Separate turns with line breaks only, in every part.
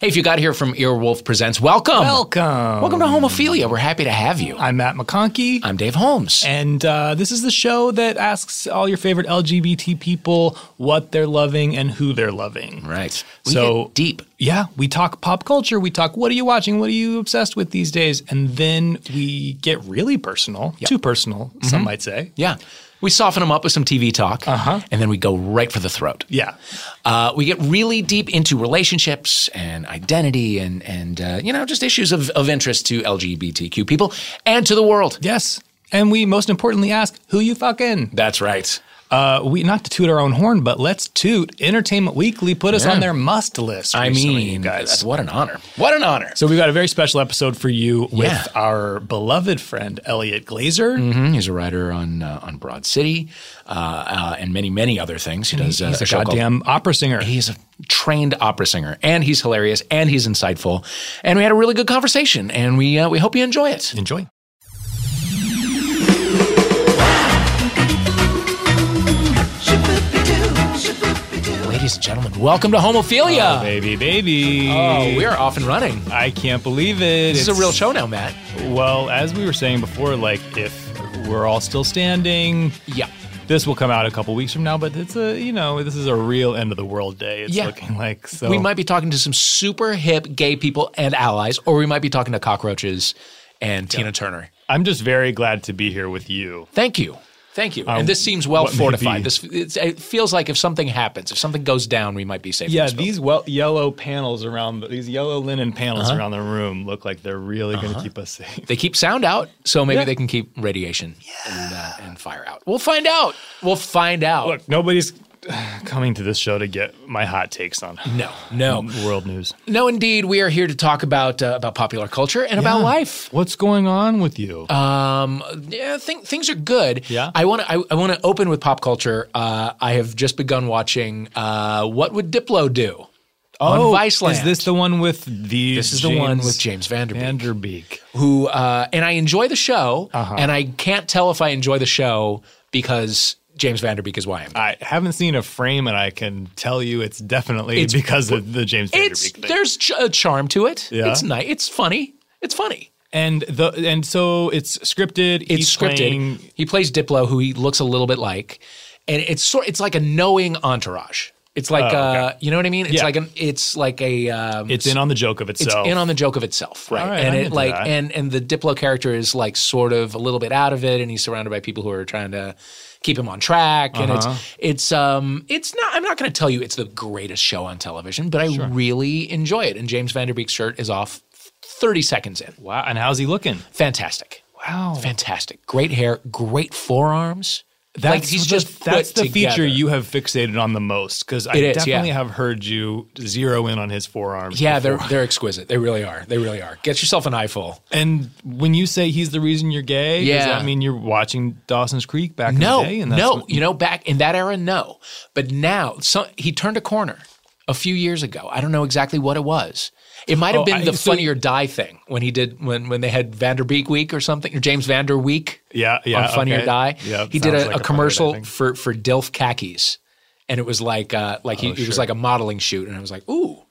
Hey, if you got here from Earwolf Presents, welcome.
Welcome.
Welcome to Homophilia. We're happy to have you.
I'm Matt McConkey.
I'm Dave Holmes.
and uh, this is the show that asks all your favorite LGBT people what they're loving and who they're loving.
right.
So-
we get deep.
Yeah, we talk pop culture. We talk what are you watching? What are you obsessed with these days? And then we get really personal, too personal, some
Mm-hmm.
might say.
Yeah. We soften them up with some TV talk, uh-huh. and then we go right for the throat.
Yeah.
Uh, we get really deep into relationships and identity and, and uh, you know, just issues of, of interest to LGBTQ people and to the world.
Yes. And we most importantly ask who you fucking.
That's right.
Uh, we not to toot our own horn, but let's toot. Entertainment Weekly put us
Yeah.
on their must list.
I
recently, you
mean,
guys,
what an honor. What an honor.
So we've got a very special episode for you with
Yeah.
our beloved friend Elliot Glazer.
Mhm. He's a writer on uh, on Broad City uh, uh, and many many other things. He does. Uh,
He's a
show called-
goddamn opera singer.
He's a trained opera singer, and he's hilarious, and he's insightful, and we had a really good conversation, and we uh, we hope you enjoy it.
Enjoy.
Ladies and gentlemen, welcome to Homophilia.
Oh, Baby, baby.
Oh, we are off and running.
I can't believe it.
This is
It's-
a real show now, Matt.
Well, as we were saying before, like if we're all still standing,
Yeah.
this will come out a couple weeks from now. But it's a you know this is a real end of the world day. It's
Yeah.
looking like so.
We might be talking to some super hip gay people and allies, or we might be talking to cockroaches and Tina Turner.
I'm just very glad to be here with you.
Thank you. Thank you. and this seems well
Um, what may
fortified.
be-
This it's, it feels like if something happens, if something goes down, we might be safe. in
Yeah,
this building.
these well, yellow panels around the, these yellow linen panels around the room look like they're really going to keep us safe.
they keep sound out, so maybe
Yeah.
they can keep radiation and, uh, and fire out. We'll find out. We'll find out.
Look, nobody's coming to this show to get my hot takes on
no, no,
world news.
no. Indeed, we are here to talk about uh, about popular culture and about life. Um,
What's going on with you?
Uh, yeah, thing, things are good.
Yeah.
I want to. I, I want to open with pop culture. Uh, I have just begun watching. Uh, what would Diplo do? on Viceland.
Oh, Is this the one with the?
This is the one with James Vanderbeek.
Vanderbeek. Uh-huh.
who uh, and I enjoy the show, and I can't tell if I enjoy the show because James Vanderbeek is why I'm.
I haven't seen a frame, and I can tell you it's definitely because of the James
It's
Vanderbeek thing.
there's ch- a charm to it.
Yeah.
It's nice. It's funny. It's funny.
and the and so it's scripted.
It's
he's
scripted.
playing-
He plays Diplo, who he looks a little bit like, and it's sort. It's like a knowing entourage. It's like
Oh,
uh,
okay.
you know what I mean. It's
Yeah.
like an. It's like a. Um,
it's in on the joke of
it's
itself.
in on the joke of itself, right?
All right,
and
I'm
it
into
like
that.
and and the Diplo character is like sort of a little bit out of it, and he's surrounded by people who are trying to keep him on track. And
Uh-huh.
it's it's um it's not. I'm not going to tell you it's the greatest show on television, but I really enjoy it. And James Vanderbeek's shirt is off 30 seconds in.
wow. And how's he looking?
Fantastic,
Wow.
fantastic, great hair, great forearms.
That's
like he's
the,
just put
that's the feature
together.
you have fixated on the most because I
It is,
definitely
yeah.
have heard you zero in on his forearms.
Yeah,
before.
they're they're exquisite. They really are. They really are. Get yourself an eyeful.
and when you say he's the reason you're gay,
Yeah.
does that mean you're watching Dawson's Creek back
No,
in the day?
no,
what-
you know, back in that era, no. But now, so, he turned a corner a few years ago. I don't know exactly what it was. It might have
Oh,
been
I-
the
so-
Funny or Die thing when he did when when they had Vanderbeek Week or something or James Vander Week.
Yeah, yeah,
On Funny or
okay.
Die,
Yeah,
he did
sounds
a, a
like a Funny or Die
commercial
thing.
for for Dilf khakis, and it was like uh like
Oh,
he, it was like a modeling shoot, and I was like, ooh,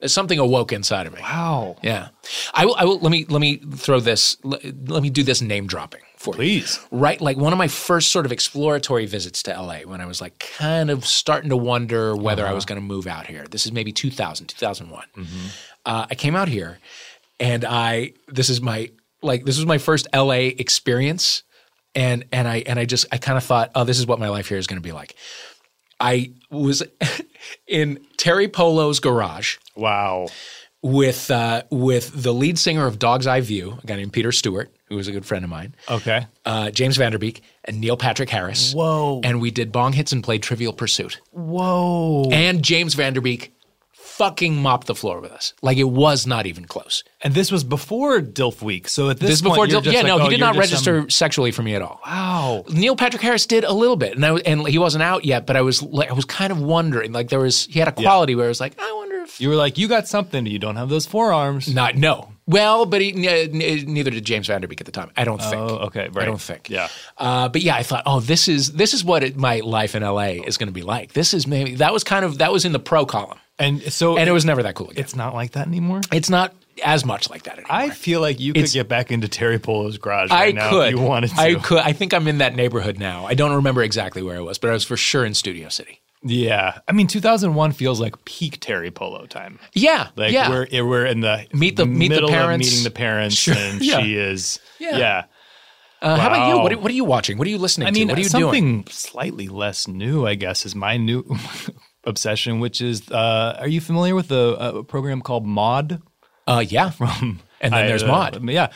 there's something awoke inside of me.
Wow.
Yeah, I will. I will. Let me let me throw this. Let, let me do this name dropping for you
Please.
right like one of my first sort of exploratory visits to LA when I was like kind of starting to wonder whether I was going to move out here. This is maybe 2000, 2001. Uh, I came out here and I this is my like this was my first LA experience and and I and I just I kind of thought, "Oh, this is what my life here is going to be like." I was in Terry Polo's garage
Wow.
with uh, with the lead singer of Dog's Eye View, a guy named Peter Stewart, who was a good friend of mine
Okay.
uh, James Vanderbeek and Neil Patrick Harris.
Whoa.
And we did bong hits and played Trivial Pursuit.
Whoa.
And James Vanderbeek fucking mopped the floor with us. Like it was not even close.
And this was before Dilf Week. So at this,
This is
point,
before,
you're
Dil-
just
yeah,
like,
no,
oh,
he did
you're
not
just some-
register sexually for me at all.
wow.
Neil Patrick Harris did a little bit, and I, and he wasn't out yet, but I was like, I was kind of wondering. Like there was, he had a quality where I was like, I wonder if
You were like, you got something. You don't have those forearms.
not no. Well, but he, n- n- neither did James Vanderbeek at the time. I don't think.
Oh, okay.
I
Right.
don't think.
Yeah.
Uh, but yeah, I thought, oh, this is this is what it, my life in LA is going to be like. This is maybe that was kind of that was in the pro column.
And so
and it was never that cool again.
it's not like that anymore.
It's not as much like that anymore.
I feel like you could
It's-
get back into Terry Polo's garage
I
right now
could.
if you wanted to.
I could. I think I'm in that neighborhood now. I don't remember exactly where I was, but I was for sure in Studio City.
yeah. I mean, 2001 feels like peak Terry Polo time.
Yeah.
Like
yeah.
we're eh, we're in the
Meet the- meet the
middle
parents.
of meeting the parents,
Sure.
and
Yeah.
she is
Yeah.
yeah.
Uh, How about you?
Wow.
What are, what are you watching? What are you listening
I mean,
to? What are you
something
doing?
slightly less new, I guess, is my new obsession, which is uh, are you familiar with a, a program called Mod?
Uh, yeah. and then
I,
there's
uh,
Mod.
Yeah.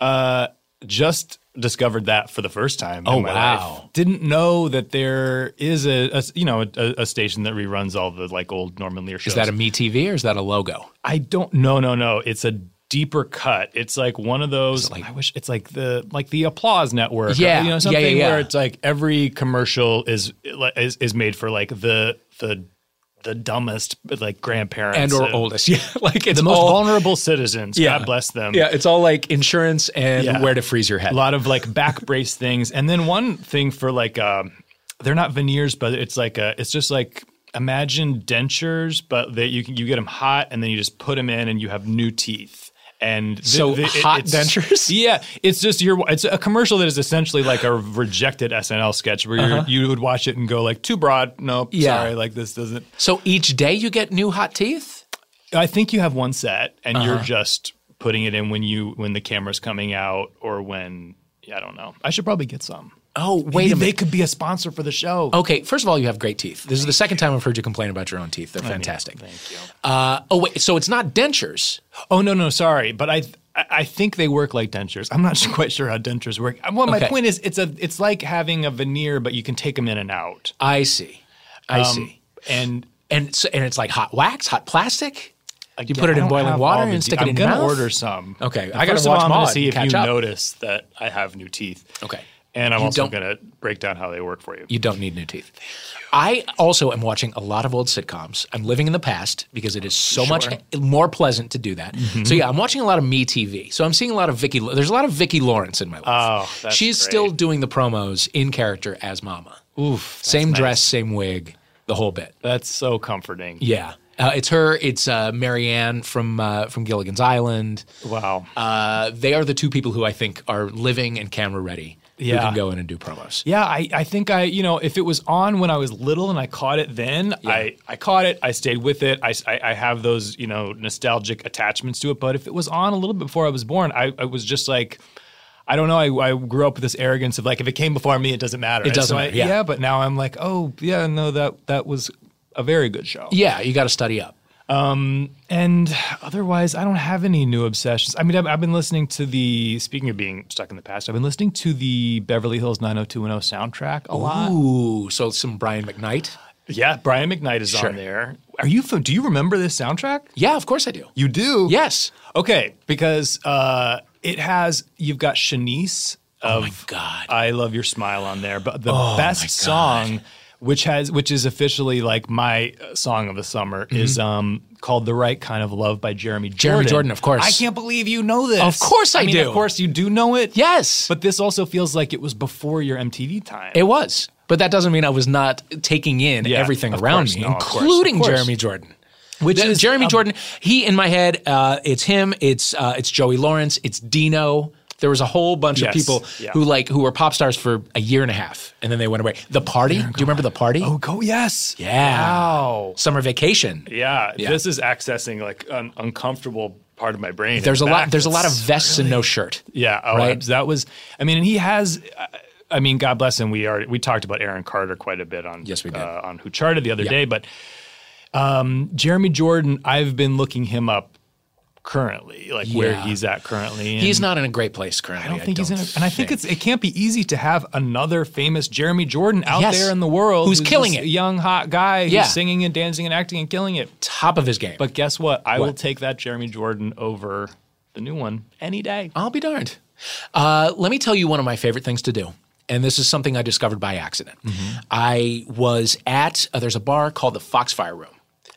Uh, just discovered that for the first time.
Oh,
in my
wow.
Life. Didn't know that there is a, a you know a, a station that reruns all the like old Norman Lear shows.
Is that a Me TV or is that a logo?
I don't. No, no, no. It's a deeper cut. It's like one of those.
like-
I wish it's like the like the applause network. or,
Yeah,
you
yeah,
know something
yeah.
where it's like every commercial is is is made for like the the the dumbest like grandparents
And or
uh,
oldest? Yeah. Like it's
the most
all,
vulnerable citizens.
Yeah.
God bless them.
Yeah. It's all like insurance and
Yeah.
where to freeze your head.
A lot of like back brace things, and then one thing for like um, they're not veneers, but it's like a, it's just like imagine dentures, but that you can you get them hot, and then you just put them in, and you have new teeth. And th-
So
th-
hot
it's-
dentures?
Yeah, it's just your. It's a commercial that is essentially like a rejected SNL sketch where you're you would watch it and go like too broad. Nope,
Uh-huh. Yeah.
sorry, like this doesn't.
So each day you get new hot teeth?
I think you have one set, and you're
Uh-huh.
just putting it in when you when the camera's coming out or when I don't know. I should probably get some.
Oh, wait a minute.
They could be a Oh, sponsor for the show.
Okay, first of all, you have great teeth. This is the second time I've heard you complain about your own teeth. They're fantastic. thank you. Uh, oh wait, so it's not dentures.
Oh no, no, sorry, but I. I I think they work like dentures. I'm not quite sure how dentures work. Uh, Well, my
Okay.
point is, it's a, it's like having a veneer, but you can take them in and out.
I see. I
Um,
see.
And
And so, and it's like hot wax, hot plastic. you
again,
put it
I
in
don't
boiling
have
water
all the
and
de-
stick it
I'm
in your
gonna
mouth.
order some.
Okay,
And
I gotta
first of
watch
all, I'm
Maude
gonna see
and
if you
catch up.
notice that I have new teeth.
Okay.
and I'm also
don't-
gonna break down how they work for you.
You don't need new teeth. I also am watching a lot of old sitcoms. I'm living in the past because it is so much more pleasant to do that.
Mm-hmm.
So yeah, I'm watching a lot of Me TV. So I'm seeing a lot of Vicky. There's a lot of Vicky Lawrence in my life.
Oh, that's
she's
great.
still doing the promos in character as Mama. Oof. Same dress, same wig, the whole bit.
That's so comforting.
Yeah. Uh, it's her. It's uh, Marianne from uh, from Gilligan's Island.
Wow.
Uh, they are the two people who I think are living and camera ready. Who
Yeah.
can go in and do promos.
Yeah, I, I think I, you know, if it was on when I was little and I caught it then, I, I caught it, I stayed with it. I, s- I- I have those, you know, nostalgic attachments to it. But if it was on a little bit before I was born, I, I was just like, I don't know. I, I grew up with this arrogance of like, if it came before me, it doesn't matter. It
doesn't matter, yeah.
yeah, but now I'm like, oh, yeah, no, that, that was a very good show.
Yeah, you got to study up.
And otherwise, I don't have any new obsessions. I mean, I've, I've been listening to the, speaking of being stuck in the past, I've been listening to the Beverly Hills 90210 soundtrack a lot.
Ooh, so some Brian McKnight.
Yeah, Brian McKnight is
Sure.
on there. Are you? fam- Do you remember this soundtrack?
Yeah, of course I do.
You do.
Yes.
Okay, because uh, it has you've got Shanice of
Oh my Oh God.
I love your smile on there, but the best song, which has which is officially like my uh, song of the summer, is um called "The Right Kind of Love" by Jeremy Jordan.
Mm-hmm. Jeremy Jordan, of course.
I can't believe you know this.
Of course I
mean,
do.
Of course you do know it.
Yes. But
But this also feels like it was before your MTV time.
it was. But that doesn't mean I was not taking in
Yeah,
everything
of
around
course.
me,
No, of course, of
including
course. um,
Jeremy Jordan. Which is Jeremy Jordan? He in my head. Uh, it's him. It's uh, it's Joey Lawrence. It's Dino. There was a whole bunch of
Yes,
people
yeah.
who like who were pop stars for a year and a half, and then they went away. The party. Do you remember the party?
oh, go yes.
yeah.
Wow.
Summer vacation.
Yeah, this is accessing like an uncomfortable part of my brain.
There's a
And
lot.
back,
There's a lot of
that's-
vests and no shirt.
yeah. Oh,
right?
I- that was. I mean, and he has. I- I mean, God bless him. We are. We talked about Aaron Carter quite a bit on.
Yes, we did.
Uh, on Who Charted the other day, but um, Jeremy Jordan, I've been looking him up currently, like where
Yeah.
he's at currently. and-
He's not in a great place currently.
I don't think he's in it. And I think it's it can't be easy to have another famous Jeremy Jordan out
Yes.
there in the world
Who's killing
just
it.
a young hot guy
Yeah.
who's singing and dancing and acting and killing it.
top of his game.
But guess what? I will take that Jeremy Jordan over the new one any day.
I'll be darned. Uh, let me tell you one of my favorite things to do. And this is something I discovered by accident.
Mm-hmm.
I was at, uh, there's a bar called the Foxfire Room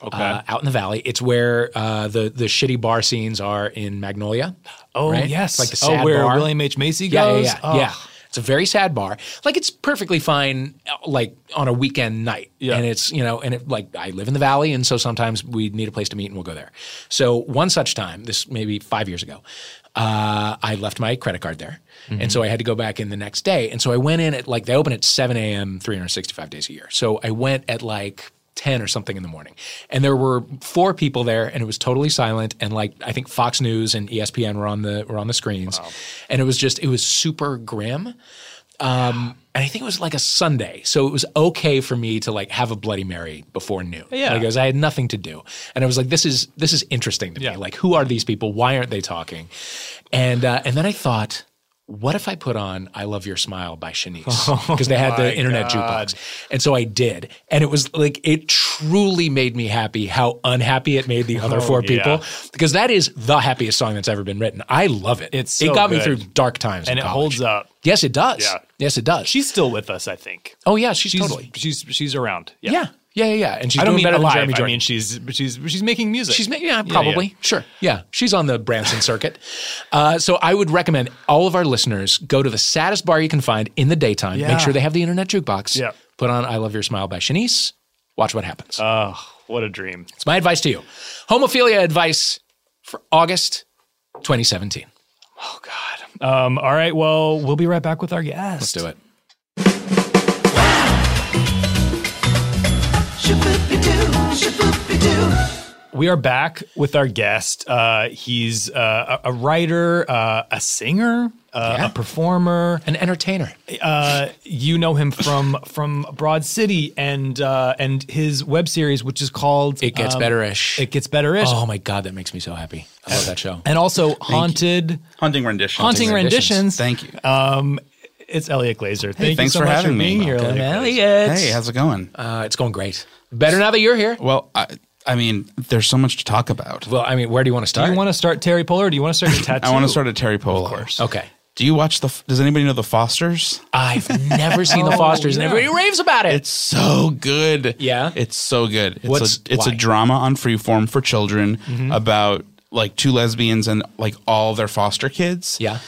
Okay.
uh, out in the valley. It's where uh, the, the shitty bar scenes are in Magnolia.
oh
right?
yes,
Like the sad
oh where
bar.
William H Macy
Yeah, yeah,
goes.
yeah.
Oh,
yeah. It's a very sad bar. Like it's perfectly fine, uh, like on a weekend night.
Yeah.
And it's you know, and it like I live in the valley, and so sometimes we need a place to meet, and we'll go there. So one such time, this maybe five years ago, uh, I left my credit card there, and so I had to go back in the next day. And so I went in at like they open at seven a.m. three hundred sixty-five days a year. So I went at like. 10 or something in the morning. And there were four people there and it was totally silent and like I think Fox News and E ESPN were on the were on the screens. And it was just it was super grim. Um, and I think it was like a Sunday, so it was okay for me to like have a Bloody Mary before noon.
Yeah.
because I had nothing to do, and I was like, "This is this is interesting to
Yeah.
me. Like, who are these people? Why aren't they talking?" And uh, and then I thought, what if I put on "I Love Your Smile" by Shanice because they had
Oh my
the internet
God.
jukebox, and so I did, and it was like it truly made me happy. How unhappy it made the other four
Oh, yeah.
people because that is the happiest song that's ever been written. I love it.
It's
it
so
got me
good.
through dark times,
and
in
it
college.
holds up.
Yes, it does.
Yeah.
Yes, it does.
She's still with us, I think.
Oh yeah, she's,
She's
totally.
she's she's around. Yeah.
Yeah. yeah, yeah, yeah. And she's
I don't
doing
mean
better than
alive.
Jeremy
I
Jordan.
mean she's she's she's making music.
she's ma- yeah, probably sure. Yeah, she's on the Branson circuit. Uh, so I would recommend all of our listeners go to the saddest bar you can find in the daytime.
Yeah.
Make sure they have the internet jukebox.
Yeah.
Put on "I Love Your Smile" by Shanice. Watch what happens.
Oh, what a dream.
it's my advice to you. Homophilia advice for August 2017.
Oh God. Um, all right. Well, we'll be right back with our guest.
Let's do it.
We are back with our guest. Uh, he's uh, a a writer, uh, a singer, uh,
Yeah.
a performer.
An entertainer.
Uh, you know him from from Broad City and uh, and his web series, which is called
It gets
um,
better-ish.
It gets betterish.
Oh my god, that makes me so happy. I love that show.
And also haunted
Hunting rendition.
haunting
renditions.
renditions.
Thank you.
Uh,
It's Elliot Glazer. Thank
thanks
you so
for
much
having
for
me.
being here,
Welcome,
Elliot.
hey, how's it going?
Uh, it's going great. Better now that you're here.
well, I, I mean, there's so much to talk about.
Well, I mean, where do you want to
Do
start?
you want to start Terry Polar? Or do you want to start your tattoo?
I want to start at Terry Polo. Of
course.
okay.
Do you watch the? Does anybody know the Fosters?
I've never seen the
Oh,
Fosters,
yeah.
and everybody raves about it.
It's so good.
Yeah?
It's so good. It's
What's-
a
why?
it's
Mm-hmm.
a drama on freeform for children about like two lesbians and like all their foster kids.
yeah.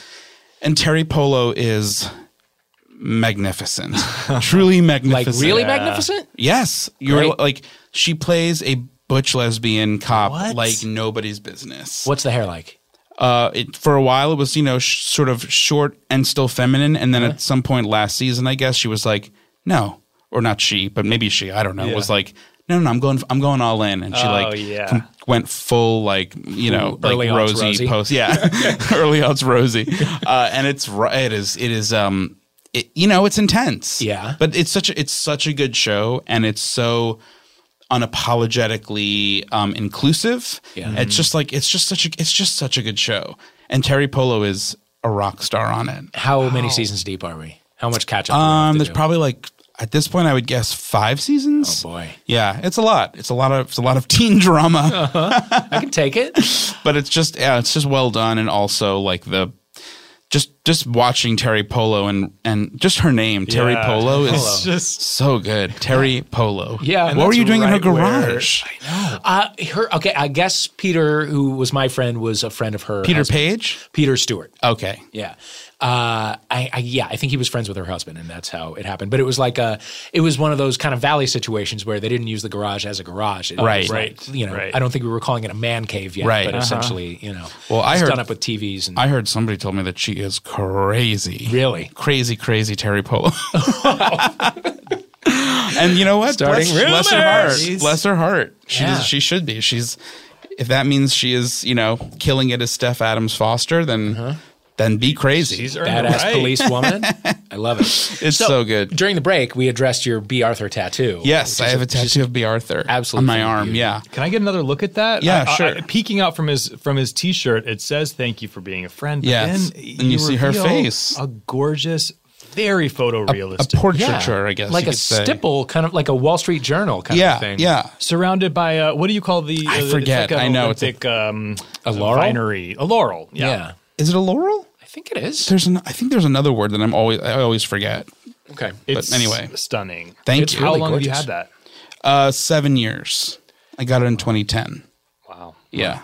And Terry Polo is magnificent. Truly
Like
magnificent.
really magnificent.
Yes. You're
Great.
like she plays a butch lesbian cop
What?
like nobody's business.
What's the hair like?
Uh, it, for a while, it was you know sh- sort of short and still feminine, and then at some point last season, I guess she was like, no, or not she, but maybe she, I don't know, was like, no, no, no, I'm going, I'm going all in, and she
Oh,
like
yeah.
went full like you know
Ooh, early
like
aughts
rosy,
Rosie.
post, yeah, early outs rosy, uh, and it's ri- it is it is um it, you know it's intense,
Yeah.
but it's such a, it's such a good show, and it's so unapologetically um, inclusive.
Yeah.
It's just like it's just such a it's just such a good show. And Terry Polo is a rock star on it.
How many seasons deep are we? How much catch up? do we have
Um
to
there's
do?
probably like at this point I would guess 5 seasons.
Oh, boy.
Yeah, it's a lot. It's a lot of it's a lot of teen drama,
I can take it.
but it's just yeah, it's just well done and also like the just just watching Terry Polo and and just her name Terry
Yeah.
Polo is
It's just-
so good. Terry Polo.
Yeah. And
What were
that's
you doing in her
right where-
garage?
Uh, her. Okay. I guess Peter, who was my friend, was a friend of her.
Peter
husband.
Page?
Peter Stewart.
Okay.
Yeah. Uh, I, I yeah, I think he was friends with her husband, and that's how it happened. But it was like a, it was one of those kind of valley situations where they didn't use the garage as a garage. It
Right.
was like,
Right.
you know,
Right.
I don't think we were calling it a man cave yet,
Right.
but
Uh-huh.
essentially, you know,
Well, I
it's
heard-
done up with TVs and
I heard somebody told me that she is crazy.
Really?
Crazy, crazy Terry Polo. and you know what?
Starting
bless, bless her
rumors.
heart. Bless her heart. She
Yeah.
does, she should be. She's if that means she is, you know, killing it as Steph Adams Foster, then then be crazy.
She's earned it
badass
right.
police woman. I love it.
it's so, good.
During the break, we addressed your B. Arthur tattoo.
Yes, I have a tattoo of B. Arthur.
absolutely
On my arm,
beautiful.
yeah.
Can I get another look at that?
Yeah,
I- I-
sure.
I- peeking out from his from his t-shirt, it says "Thank you for being a friend." but
Yes.
then
And you see her
reveal
face.
A gorgeous, very
A
photorealistic,
portraiture, I guess.
Like
you
a
could say.
stipple, kind of like a Wall Street Journal kind
Yeah,
of thing.
yeah.
surrounded by uh, what do you call the?
I
uh,
forget.
It's like
I know, it's a-
Olympic, um,
A laurel?
Vinery. A laurel. Yeah.
Yeah.
Is it a laurel?
I think it is.
There's an I think there's another word that I'm always I always forget.
Okay.
It's
anyway.
stunning.
Thank
It's
you.
How
really
long have you
gorgeous.
had that?
Uh, seven years. I got it in 2010.
Wow.
Yeah.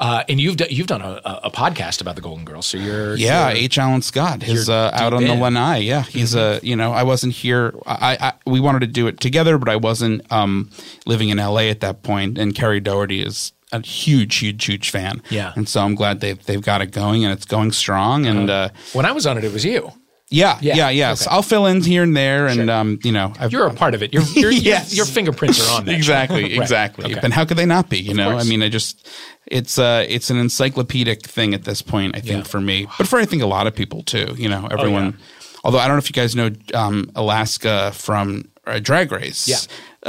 Uh, and you've done, you've done a, a- a podcast about the Golden Girls, so you're
Yeah, H. Allen Scott. His
you're Mm-hmm.
uh, out
deep
on the
in.
lanai. Yeah, he's a you know I wasn't here. I, I we wanted to do it together, but I wasn't um, living in L.A. at that point. And Kerry Doherty is a huge, huge, huge fan.
Yeah.
and so I'm glad they they've got it going and it's going strong. And uh,
When I was on it, it was you.
yeah,
Uh-huh. Yeah,
yeah, yeah. So I'll fill in here and there, and um, you know I've,
You're a part of it. Your your- your-
Yes.
your fingerprints are on that.
exactly
Right.
exactly
Okay.
and how could they not be you know i
course.
mean i just it's uh it's an encyclopedic thing at this point i think
Yeah. Oh,
for me but for i think a lot of people too you know everyone although i don't know if you guys know um alaska from uh, drag race
Yeah.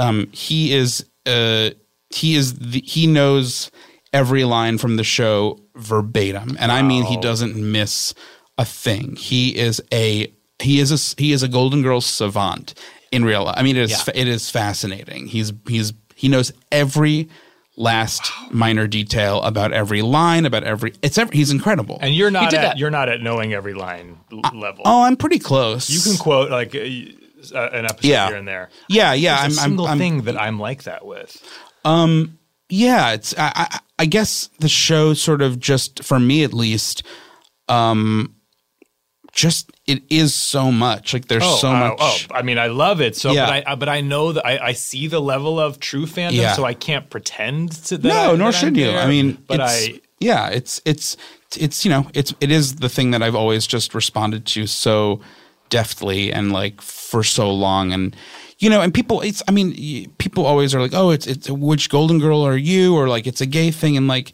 um he is uh he is the, he knows every line from the show verbatim and i mean he doesn't miss a thing he is a he is a he is a golden girl savant in real life i mean it is
Yeah.
fa- it is fascinating he's he's he knows every last minor detail about every line about every it's every, he's incredible
And you're not
did
at,
that. Uh,
you're not at knowing every line l- level.
oh i'm pretty close
You can quote like a, a- an episode
Yeah.
here and there.
yeah yeah
There's
i'm
a single
I'm, I'm,
thing that I'm like that with.
yeah it's I, I i guess the show sort of just for me at least um just it is so much like there's so
I-
much
oh, I mean, I love it. So,
Yeah.
but I, I- but I know that I, I see the level of true fandom,
Yeah.
so I can't pretend to that.
no
I-
nor
that I'm
should you
there,
i mean
but
it's-
I,
yeah it's it's it's you know it's it is the thing that i've always just responded to so deftly and like for so long and you know and people it's i mean y- people always are like oh it's it's which golden girl are you or like it's a gay thing and like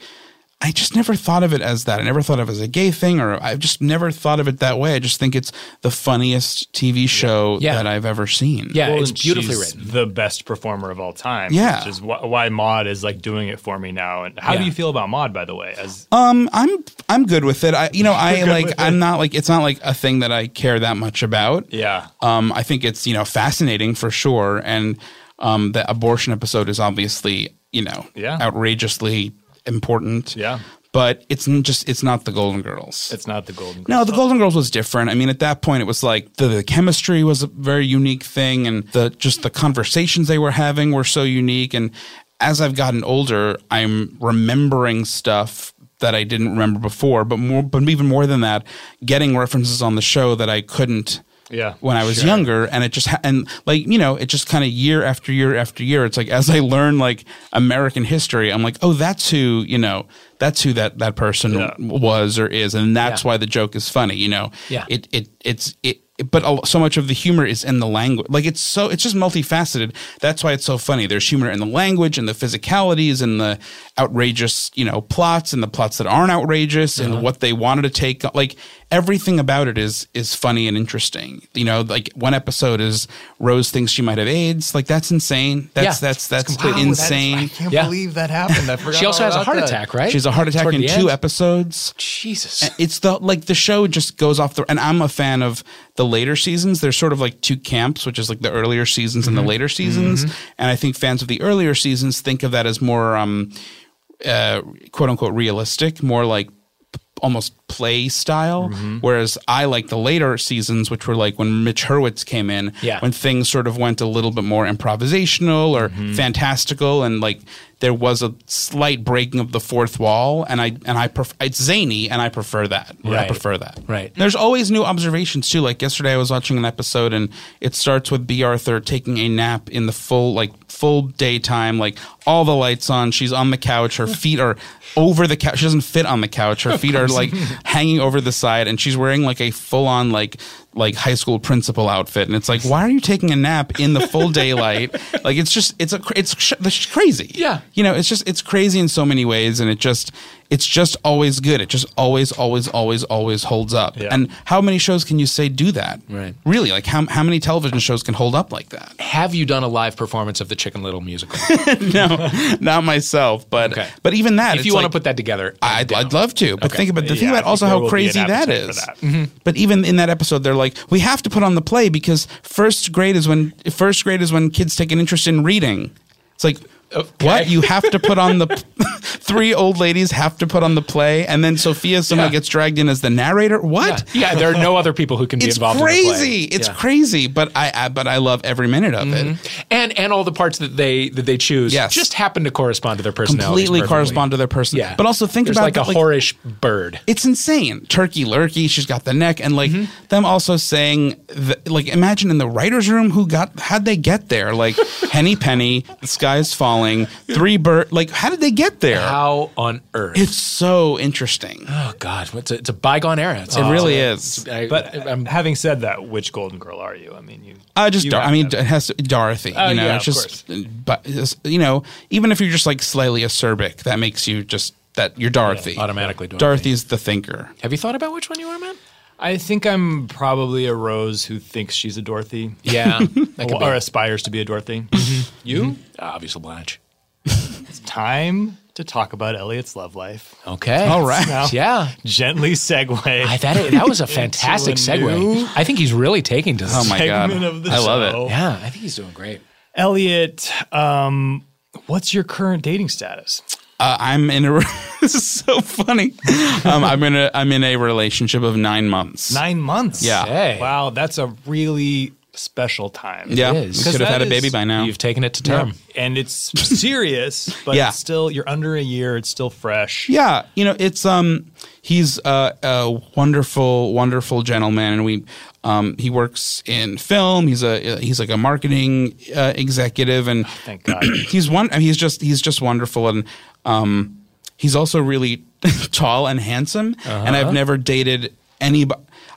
I just never thought of it as that. I never thought of it as a gay thing, or I've just never thought of it that way. I just think it's the funniest TV show
Yeah.
that I've ever seen.
Yeah,
Well,
it's
and
beautifully
she's
written.
The best performer of all time.
Yeah.
which is wh- why Maud is like doing it for me now. And how do
Yeah.
you feel about Maud, by the way? As
Um, I'm I'm good with it. I you know I
good
like
with
I'm not like it's not like a thing that I care that much about.
yeah,
Um, I think it's you know fascinating for sure, and um, the abortion episode is obviously you know
Yeah.
outrageously important.
Yeah.
but it's n- just it's not the Golden Girls.
it's not the Golden. Girls.
no, the Golden Girls was different. I mean, at that point, it was like the, the chemistry was a very unique thing, and the just the conversations they were having were so unique. And as I've gotten older, I'm remembering stuff that I didn't remember before, but more, but even more than that, getting references on the show that I couldn't
Yeah,
when I was
sure.
younger, and it just ha- and like you know, it just kind of year after year after year. It's like as I learn like American history, I'm like, oh, that's who you know, that's who that that person
Yeah.
was or is, and that's
Yeah.
why the joke is funny. You know,
Yeah.
it it it's it. it- But a- so much of the humor is in the language. Like it's so, it's just multifaceted. That's why it's so funny. There's humor in the language and the physicalities and the outrageous, you know, plots and the plots that aren't outrageous
Uh-huh.
and what they wanted to take. Like everything about it is is funny and interesting. You know, like one episode is Rose thinks she might have AIDS. Like that's insane. That's
Yeah.
that's that's
Wow, that is- I
insane.
can't
Yeah.
believe that happened. I forgot.
She also
all
has a
about
heart
that.
attack, right?
She's a heart attack
Toward
in
the
two
end?
episodes.
Jesus.
It's the like the show just goes off the and I'm a fan of the later seasons. There's sort of like two camps, which is like the earlier seasons and
Mm-hmm.
the later seasons. And I think fans of the earlier seasons think of that as more um uh quote unquote realistic, more like p- almost play style.
Mm-hmm.
Whereas I like the later seasons, which were like when Mitch Hurwitz came in,
Yeah.
when things sort of went a little bit more improvisational or
Mm-hmm.
fantastical and like there was a slight breaking of the fourth wall and i and i prefer it's zany and i prefer that i
Right.
prefer that
Right.
there's always new observations too like yesterday i was watching an episode and it starts with b arthur taking a nap in the full like full daytime like all the lights on she's on the couch her feet are over the couch she doesn't fit on the couch her feet are like hanging over the side and she's wearing like a full on like like high school principal outfit and it's like why are you taking a nap in the full daylight like it's just it's a cr- it's sh- it's crazy
Yeah.
you know it's just it's crazy in so many ways and it just it's just always good it just always always always always holds up
Yeah.
and how many shows can you say do that
Right.
really like how, how many television shows can hold up like that
Have you done a live performance of the Chicken Little musical?
no not myself but
Okay.
but even that
if
it's
you want
like-
to put that together, I'm
I'd,
down.
I'd love to, but
Okay.
think about the thing
Yeah, I
about
think
also
there will
how
be an
crazy that
appetite for
is. Mm-hmm.
that.
Mm-hmm.
But even in that episode, they're like, we have to put on the play because first grade is when first grade is when kids take an interest in reading. It's like, What you have to put on the three old ladies have to put on the play, and then Sophia somehow
Yeah.
gets dragged in as the narrator. What?
yeah, there are no other people who can be
It's
involved. In the play.
crazy. It's
Yeah. Mm-hmm.
crazy, but I, I but I love every minute of it.
and and all the parts that they that they choose
Yes.
just happen to correspond to their personality.
Completely correspond to their person.
Yeah,
But also think
There's
about
like
that,
a whorish bird.
it's insane. Turkey lurkey, she's got the neck, and like
Mm-hmm.
them also saying, th- like imagine in the writers' room who got how'd they get there? Like Henny Penny, the sky's falling, three bird. Like how did they get there?
How on earth?
It's so interesting.
oh God, what's a, it's a bygone era. It's,
Oh,
It really
it's-
is.
I,
But um,
I'm,
having said that, which Golden Girl are you? I mean, you.
I just,
you
Dar-
have
I mean,
to-
it has to, Dorothy.
Oh,
you know,
yeah,
it's
of
just, but it's- you know, even if you're just like slightly acerbic, that makes you just that you're Dorothy.
automatically Dorothy.
Dorothy's the thinker.
have you thought about which one you are, man?
I think I'm probably a Rose who thinks she's a Dorothy,
Yeah, that could
or
be.
aspires to be a Dorothy. You?
obviously Blanche.
It's time to talk about Elliot's love life.
Okay,
All right.
Now,
yeah.
Gently segue.
I, that, that was a fantastic
Into a
segue.
new-
I think he's really taking to this.
Oh my god,
segment of the
I love
show.
it.
Yeah, I think he's doing great.
Elliot, um, what's your current dating status?
Uh, I'm in a. this is so funny. Um, I'm in a. I'm in a relationship of nine months.
Nine months.
Yeah.
Okay.
Wow, that's a really special time.
Yeah,
It is.
could have
Because
had a
that
baby
is-
by now.
You've taken it to term.
And it's serious, but
Yeah.
it's still you're under a year. It's still fresh.
Yeah, you know, it's um, he's uh, a wonderful, wonderful gentleman, and we, um, he works in film. He's a he's like a marketing uh, executive, and
Thank God.
he's one. I mean, he's just he's just wonderful, and um, he's also really tall and handsome. And
Uh-huh.
I've never dated any.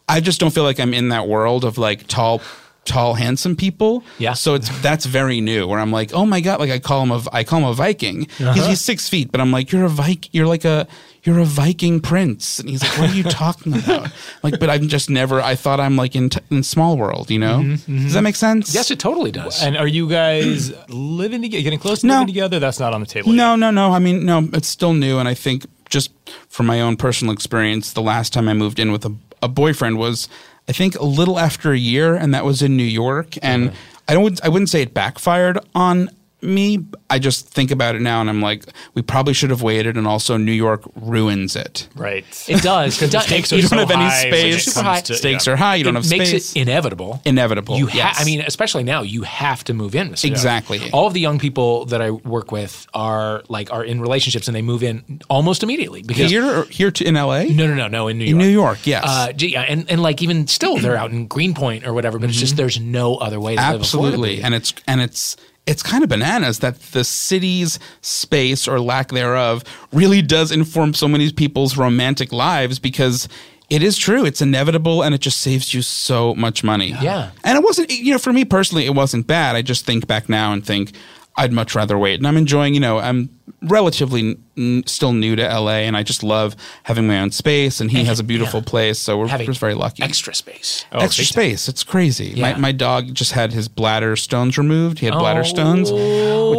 I just don't feel like I'm in that world of like tall. Tall, handsome people.
Yeah.
So it's that's very new. Where I'm like, oh my god, like I call him a, I call him a Viking.
Uh-huh.
He's, he's six feet, but I'm like, you're a Viking. You're like a, you're a Viking prince. And he's like, what are you talking about? like, but I'm just never. I thought I'm like in t- in small world. You know? Does that make sense?
Mm-hmm, Yes, it totally does.
and are you guys living together? Getting close to
No.
living together? That's not on the table. yet.
No, no, no. I mean, no, it's still new. And I think just from my own personal experience, the last time I moved in with a, a boyfriend was, I think, a little after a year, and that was in New York. And I don't, I wouldn't say it backfired on me. I just think about it now, and I'm like, we probably should have waited. And also, New York ruins it.
Right.
it does. It does.
stakes
it-
are
you
so
don't have
any
high when it
space.
comes
High.
to-
Stakes
yeah.
are high. You don't
it
have
makes
space.
it inevitable.
Inevitable.
You ha-
yes.
I mean, especially now, you have to move in. with someone.
Exactly.
All of the young people that I work with are like are in relationships and they move in almost immediately because
here, or here to in L.A.
no, no, no, no, in New York.
New York, yes.
Uh, gee, yeah, and and like even still, they're out in Greenpoint or whatever. But it's just there's no other way to live
Mm-hmm. absolutely
affordably.
and it's and it's it's kind of bananas that the city's space or lack thereof really does inform so many people's romantic lives because it is true it's inevitable and it just saves you so much money
Yeah.
and it wasn't you know for me personally it wasn't bad i just think back now and think i'd much rather wait and i'm enjoying you know i'm relatively n- still new to la and i just love having my own space and he has a beautiful place so we're
Having
just very lucky
Extra space.
Oh,
extra space. It's crazy.
Yeah.
My, my dog just had his bladder stones removed. He had bladder stones, which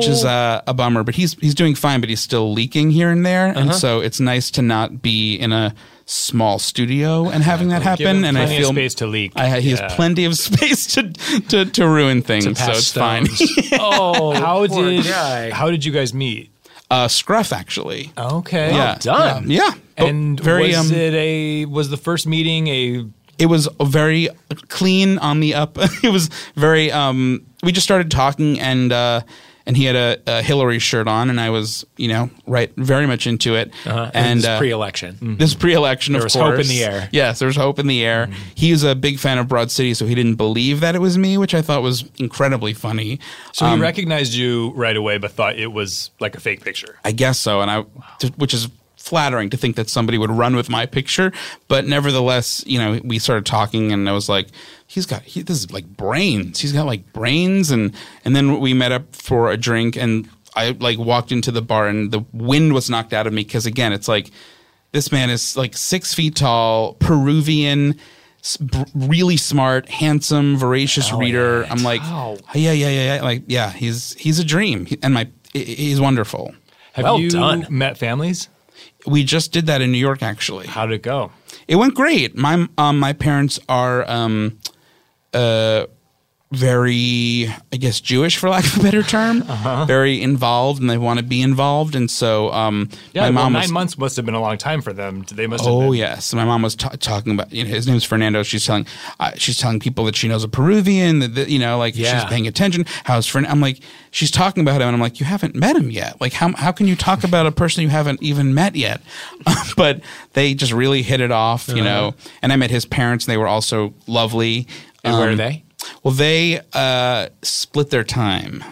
Oh.
is uh, a bummer. But he's he's doing fine. But he's still leaking here and there,
Uh-huh.
and so it's nice to not be in a small studio and having that
Give him
happen. And I
plenty of
feel
space to leak.
I, he
Yeah.
has plenty of space to to, to ruin things, so it's
Past
fine.
stones. oh,
How
poor
did
guy.
how did you guys meet?
uh, scruff actually.
Okay.
yeah,
done.
Yeah, But
Oh, And
very
was
um,
it a was the first meeting a
it was very clean on the up. it was very. Um, we just started talking, and uh, and he had a, a Hillary shirt on, and I was, you know, right, very much into it.
Uh-huh. and
uh,
pre-election.
this pre-election, of
was
course,
hope in the air. Mm-hmm.
Yes, there was hope in the air. He was a big fan of Broad City, so he didn't believe that it was me, which I thought was incredibly funny.
So
um,
he recognized you right away, but thought it was like a fake picture.
I guess so, and I, t- which is flattering to think that somebody would run with my picture. But nevertheless, you know, we started talking, and I was like, he's got he, this is like brains. He's got like brains, and and then we met up for a drink, and I like walked into the bar, and the wind was knocked out of me because again, it's like this man is like six feet tall, Peruvian. s- br- Really smart, handsome, voracious reader. I'm like,
Wow.
yeah, yeah, yeah, yeah. Like, yeah, he's he's a dream, He- and my he- he's wonderful.
Have
Well
you
done.
met families?
We just did that in New York, actually.
How did it go?
It went great. My um, my parents are um, uh, very, I guess, Jewish, for lack of a better term,
Uh-huh.
very involved, and they want to be involved. And so, um,
Yeah,
my
well,
mom
nine
was.
months must have been a long time for them. They must. have
Oh
been,
yes, my mom was ta talking about. You know, his name's Fernando. She's telling, uh, she's telling people that she knows a Peruvian. That, that you know, like
Yeah.
she's paying attention. How's Fern? I'm like, she's talking about him, and I'm like, you haven't met him yet. Like, how how can you talk about a person you haven't even met yet? but they just really hit it off,
Uh-huh.
you know. And I met his parents, and they were also lovely. Um,
And where are they?
Well, they uh, split their time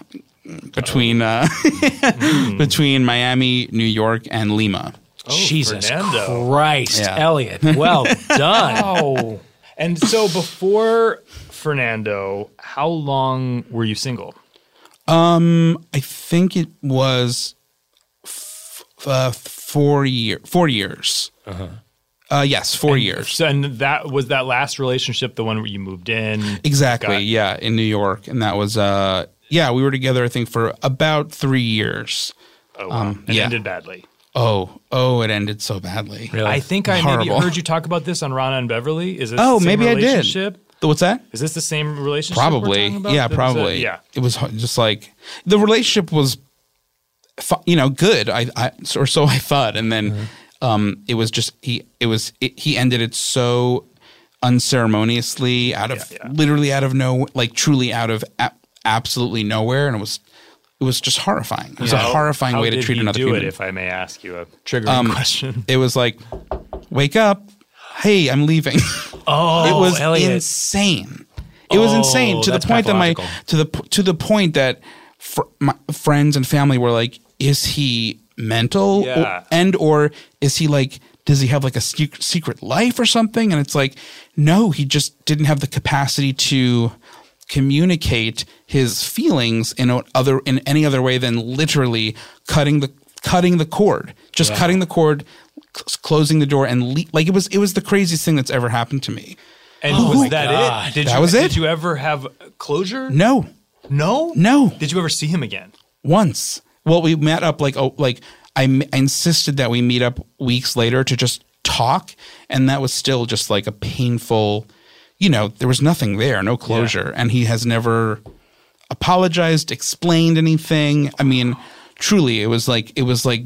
between uh,
Hmm.
between Miami, New York, and Lima.
Jesus
Oh, Fernando.
Christ,
Yeah.
Elliot. Well done.
Oh, and so before Fernando, how long were you single?
I think it was f- uh, four year four years. Uh-huh. yes, four years.
So, and that was that last relationship, the one where you moved in.
Exactly.
Got-
Yeah, in New York, and that was uh, yeah, we were together. I think for about three years. Um,
Oh, wow. and
yeah.
ended badly.
Oh, oh, it ended so badly.
Really?
I think I
Horrible.
maybe heard you talk about this on Rana and Beverly. Is this
Oh,
the same
maybe I did.
relationship?
Th- What's that?
Is this the same relationship? we're
Probably.
talking about?
Yeah,
That was a-
probably.
yeah.
It was h- just like the relationship was, fu- you know, good. I, I or so I thought, and then
Mm-hmm.
um, it was just he. It was it, he ended it so unceremoniously, out of
Yeah, yeah.
literally out of no, like truly out of a- absolutely nowhere, and it was it was just horrifying. It was a
How-
horrifying
how
way to
did
treat
he
another
do
human. Um,
it, if I may ask you a triggering question.
it was like, wake up, hey, I'm leaving.
Oh,
it was
Elliot. Oh,
insane. It was insane to the
that's
point that my
pathological.
to the p- to the point that fr- my friends and family were like, "Is he mental? Or-
Yeah.
and or is he like?" Does he have like a sec- secret life or something? And it's like, no, he just didn't have the capacity to communicate his feelings in a- other in any other way than literally cutting the cutting the cord, just cutting the cord, cl- closing the door, and le- like it was it was the craziest thing that's ever happened to me.
And
Oh my
was that
God.
it? Did
That
you,
was it.
Did you ever have closure?
No,
No?
No.
Did you ever see him again?
once. Well, we met up like oh, like I, m- I insisted that we meet up weeks later to just talk, and that was still just like a painful. You know, there was nothing there, no closure, and he has never apologized, explained anything. I mean, truly, it was like it was like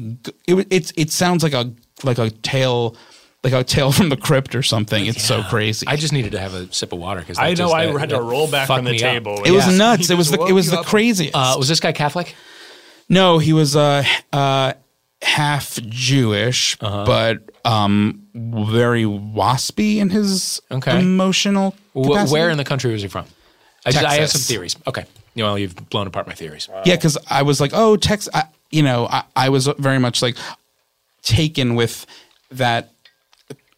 it. wa- It's it sounds like a like a tale, like a tale from the crypt or something. It's so crazy.
I just needed to have a sip of water because
I know I had to roll back from the table.
it was
yeah.
nuts.
He
It was
just
the it
woke
was
you
the
up.
craziest.
Uh, was this guy Catholic?
No, he was uh, uh, half Jewish,
Uh-huh.
but um, very waspy in his
Okay.
emotional.
Wh-
capacity.
where in the country was he from? I, just, I have some
Texas.
theories. Okay. You know, you've blown apart my theories.
Yeah, because I was like, oh, Texas. I, you know, I, I was very much like taken with that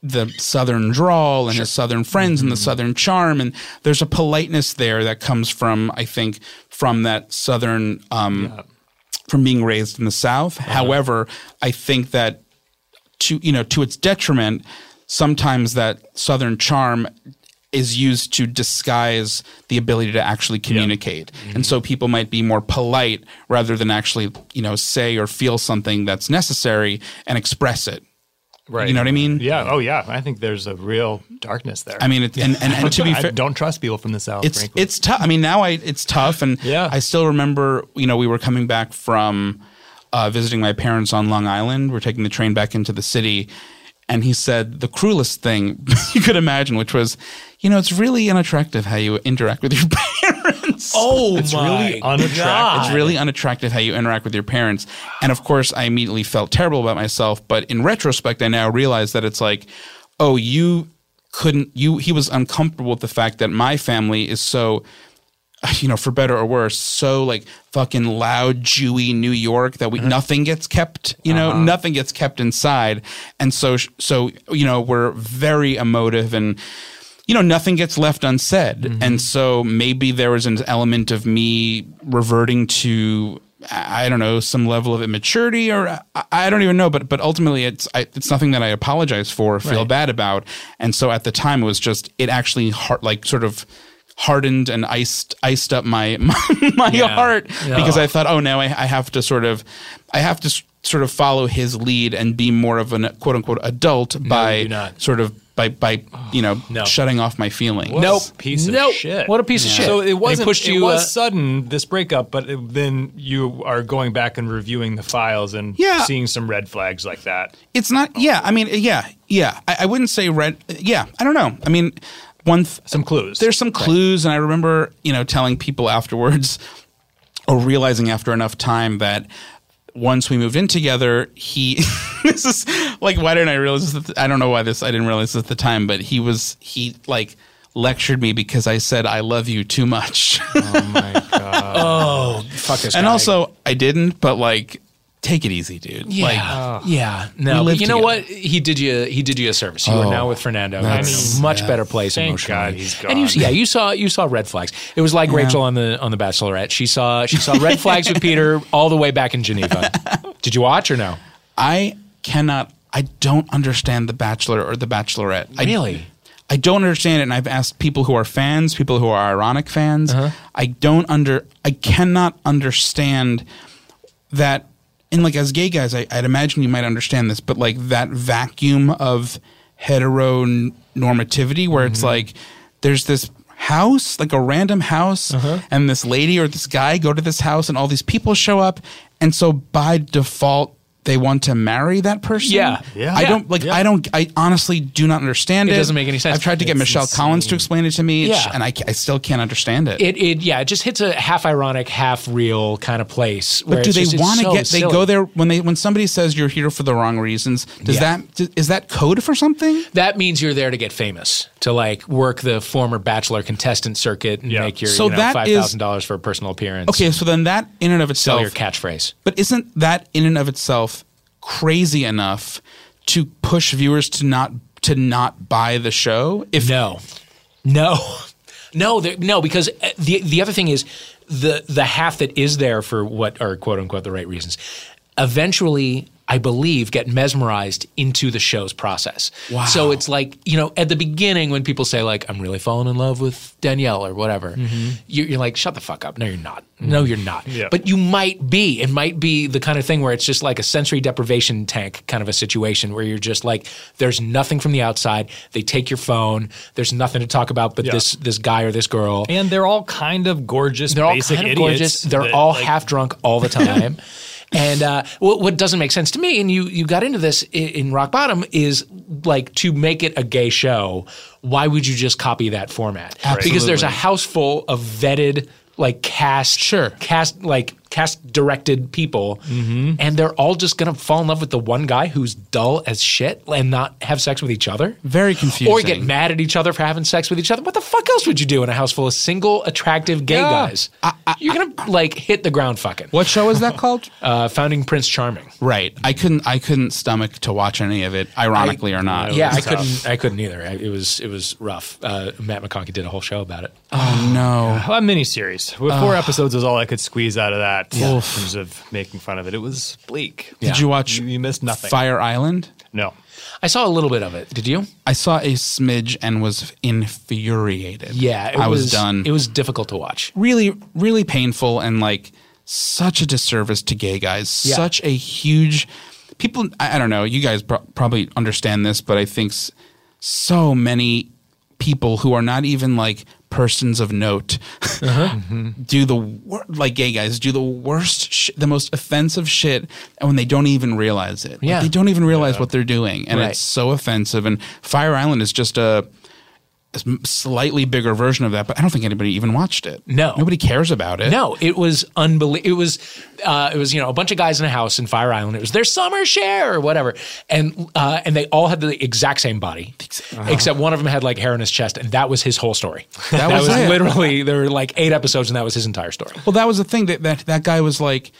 the southern drawl and his southern friends
Mm-hmm.
and the southern charm and there's a politeness there that comes from i think from that southern um from being raised in the south
Uh-huh.
however i think that to you know to its detriment sometimes that southern charm is used to disguise the ability to actually communicate
Mm-hmm.
and so people might be more polite rather than actually you know say or feel something that's necessary and express it
Right.
you know what i mean
Yeah. Oh, yeah. I think there's a real darkness there.
i mean it, and, and, and to be
I
fair
don't trust people from the south.
it's
frankly.
it's tough. I mean, now I it's tough, and
Yeah.
I still remember. You know, we were coming back from uh, visiting my parents on Long Island. We're taking the train back into the city, and he said the cruelest thing you could imagine, which was, you know, it's really unattractive how you interact with your parents.
Oh, it's
really unattractive.
It's really unattractive how you interact with your parents. And of course, I immediately felt terrible about myself. But in retrospect, I now realize that it's like, oh, you couldn't, you, he was uncomfortable with the fact that my family is so, you know, for better or worse, so like fucking loud, Jewy New York that we, nothing gets kept, you know, nothing gets kept inside. And so, so, you know, we're very emotive and, you know, nothing gets left unsaid. And so maybe there was an element of me reverting to, I I don't know, some level of immaturity or I, I don't even know. But, but ultimately it's, I, it's nothing that I apologize for, or feel bad about. And so at the time it was just, it actually heart, like sort of hardened and iced, iced up my, my, my
Yeah.
heart
Yeah.
because I thought, oh, now I, I have to sort of, I have to s- sort of follow his lead and be more of an quote unquote adult by
do not.
sort of by by you know
No.
shutting off my feeling.
What a
Nope.
piece of
Nope.
shit.
What a piece of shit.
So
And
it
he
wasn't.
pushed
it
you,
was
uh,
sudden this breakup, but it- then you are going back and reviewing the files and
Yeah.
seeing some red flags like that.
It's not. Yeah, I mean, yeah, yeah. I, I wouldn't say red. Yeah, I don't know. I mean, one. Th-
Some clues.
There's some clues, and I remember you know telling people afterwards, or realizing after enough time that once we moved in together, he. this is like why didn't I realize this? At the, I don't know why this. I didn't realize this at the time, but he was he like lectured me because I said I love you too much.
Oh, fuck this.
and
guy.
also I didn't, but like take it easy, dude.
yeah,
Like
yeah, no.
live
But you know
Uh, together. Oh,
what? He did you. He did you a service. You are now with Fernando. You're in
that's-
a much better place
Thank
emotionally.
God he's
And you,
gone.
yeah, you saw you saw red flags. It was like Rachel on the on the Bachelorette. She saw she saw red flags with Peter all the way back in Geneva. Did you watch or no?
I cannot I don't understand The Bachelor or The Bachelorette. I-
Really?
I don't understand it, and I've asked people who are fans, people who are ironic fans. I don't under, I cannot understand that. And like as gay guys, I, I'd imagine you might understand this, but like that vacuum of heteronormativity, where
Mm-hmm.
it's like there's this house, like a random house,
Uh-huh.
and this lady or this guy go to this house, and all these people show up, and so by default. They want to marry that person.
Yeah.
Yeah.
I
Yeah.
don't like.
Yeah.
I don't. I honestly do not understand it.
It doesn't make any sense.
I've tried to get Michelle Collins to explain it to me,
Yeah.
and I, ca- I still can't understand it.
It, it yeah, it just hits a half ironic, half real kind of place.
but do they want to get? They go there when they when somebody says you're here for the wrong reasons. Does
Yeah.
that d- is that code for something?
That means you're there to get famous, to like work the former Bachelor contestant circuit and
Yeah.
make your
So
you know,
that
five
is-
thousand dollars for a personal appearance.
Okay, so then that in and of
sell
itself,
your catchphrase.
but isn't that in and of itself crazy enough to push viewers to not to not buy the show? If
No, no, no, there, no. Because uh, the the other thing is the the half that is there for what are quote unquote the right reasons. Eventually, I believe get mesmerized into the show's process. Wow. So it's like you know at the beginning when people say like I'm really falling in love with Danielle or whatever, you're, you're like shut the fuck up. No, you're not. No, you're not.
Yeah.
But you might be. It might be the kind of thing where it's just like a sensory deprivation tank kind of a situation where you're just like, there's nothing from the outside. They take your phone. There's nothing to talk about but
Yeah.
this this guy or this girl.
and they're all kind of gorgeous.
They're all
basic
kind of
idiots
gorgeous. They're
that,
all
like,
half drunk all the time. and uh, what, what doesn't make sense to me, and you you got into this in, in Rock Bottom, is like to make it a gay show. Why would you just copy that format? Because there's a house full of vetted like cast
Sure.
cast like cast directed people
Mm-hmm.
and they're all just gonna fall in love with the one guy who's dull as shit and not have sex with each other
Very confusing.
or get mad at each other for having sex with each other. What the fuck else would you do in a house full of single, attractive gay guys? You're gonna like hit the ground fucking.
what show is that called?
Uh, founding Prince Charming.
right, I couldn't I couldn't stomach to watch any of it, ironically or not.
yeah, I
was tough.
couldn't. I couldn't either. I, it was it was rough. Uh, Matt McConkie did a whole show about it.
Oh no.
a miniseries. With four episodes was all I could squeeze out of that in terms of making fun of it. It was bleak.
Did you watch
You, you missed nothing.
Fire Island?
No.
I saw a little bit of it. Did you?
I saw a smidge and was infuriated.
Yeah, it
I was, done.
It was difficult to watch.
really, really painful and like such a disservice to gay guys.
Yeah.
Such a huge people. I, I don't know. You guys pro- probably understand this, but I think s- so many people who are not even like persons of note
Uh-huh. Mm-hmm.
do the wor- like gay guys do the worst, sh- the most offensive shit, and when they don't even realize it, Like,
Yeah.
they don't even realize what they're doing, and
Right.
it's so offensive. And Fire Island is just a a slightly bigger version of that, but I don't think anybody even watched it.
No.
nobody cares about it.
No, it was unbelievable. It was, uh, it was you know a bunch of guys in a house in Fire Island. It was their summer share or whatever, and uh, and they all had the exact same body,
Uh-huh.
except one of them had like hair on his chest, and that was his whole story. That,
was
was,
it.
literally there were like eight episodes, and that was his entire story.
Well, that was the thing that that that guy was like.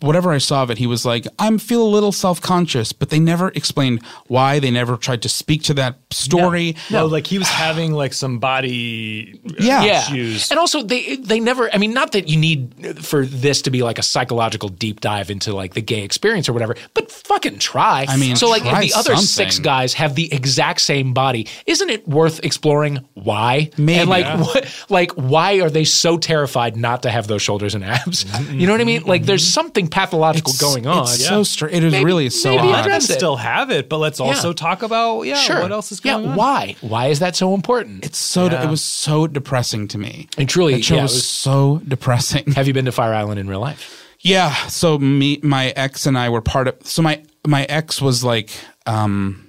Whatever I saw of it, he was like, "I'm feel a little self conscious," but they never explained why. They never tried to speak to that story.
No, like he was having like some body uh,
Yeah.
yeah.
issues.
And also they they never I mean not that you need for this to be like a psychological deep dive into like the gay experience or whatever, but fucking try. I
mean,
so like if
try
the other six
something.
guys have the exact same body, isn't it worth exploring why?
Maybe.
And like
Yeah.
what like why are they so terrified not to have those shoulders and abs? You know what I mean? Like there's something pathological going on.
It's so strange. It is really so
maybe
odd.
address-
Let's still have it, but let's also talk about yeah
Sure.
what else is
yeah,
going on?
why? Why is that so important?
It's so de- it was so depressing to me.
And truly,
That show
yeah, it
was,
was-
so depressing.
Have you been to Fire Island in real life?
Yeah. So me, my ex and I were part of. So my my ex was like, um,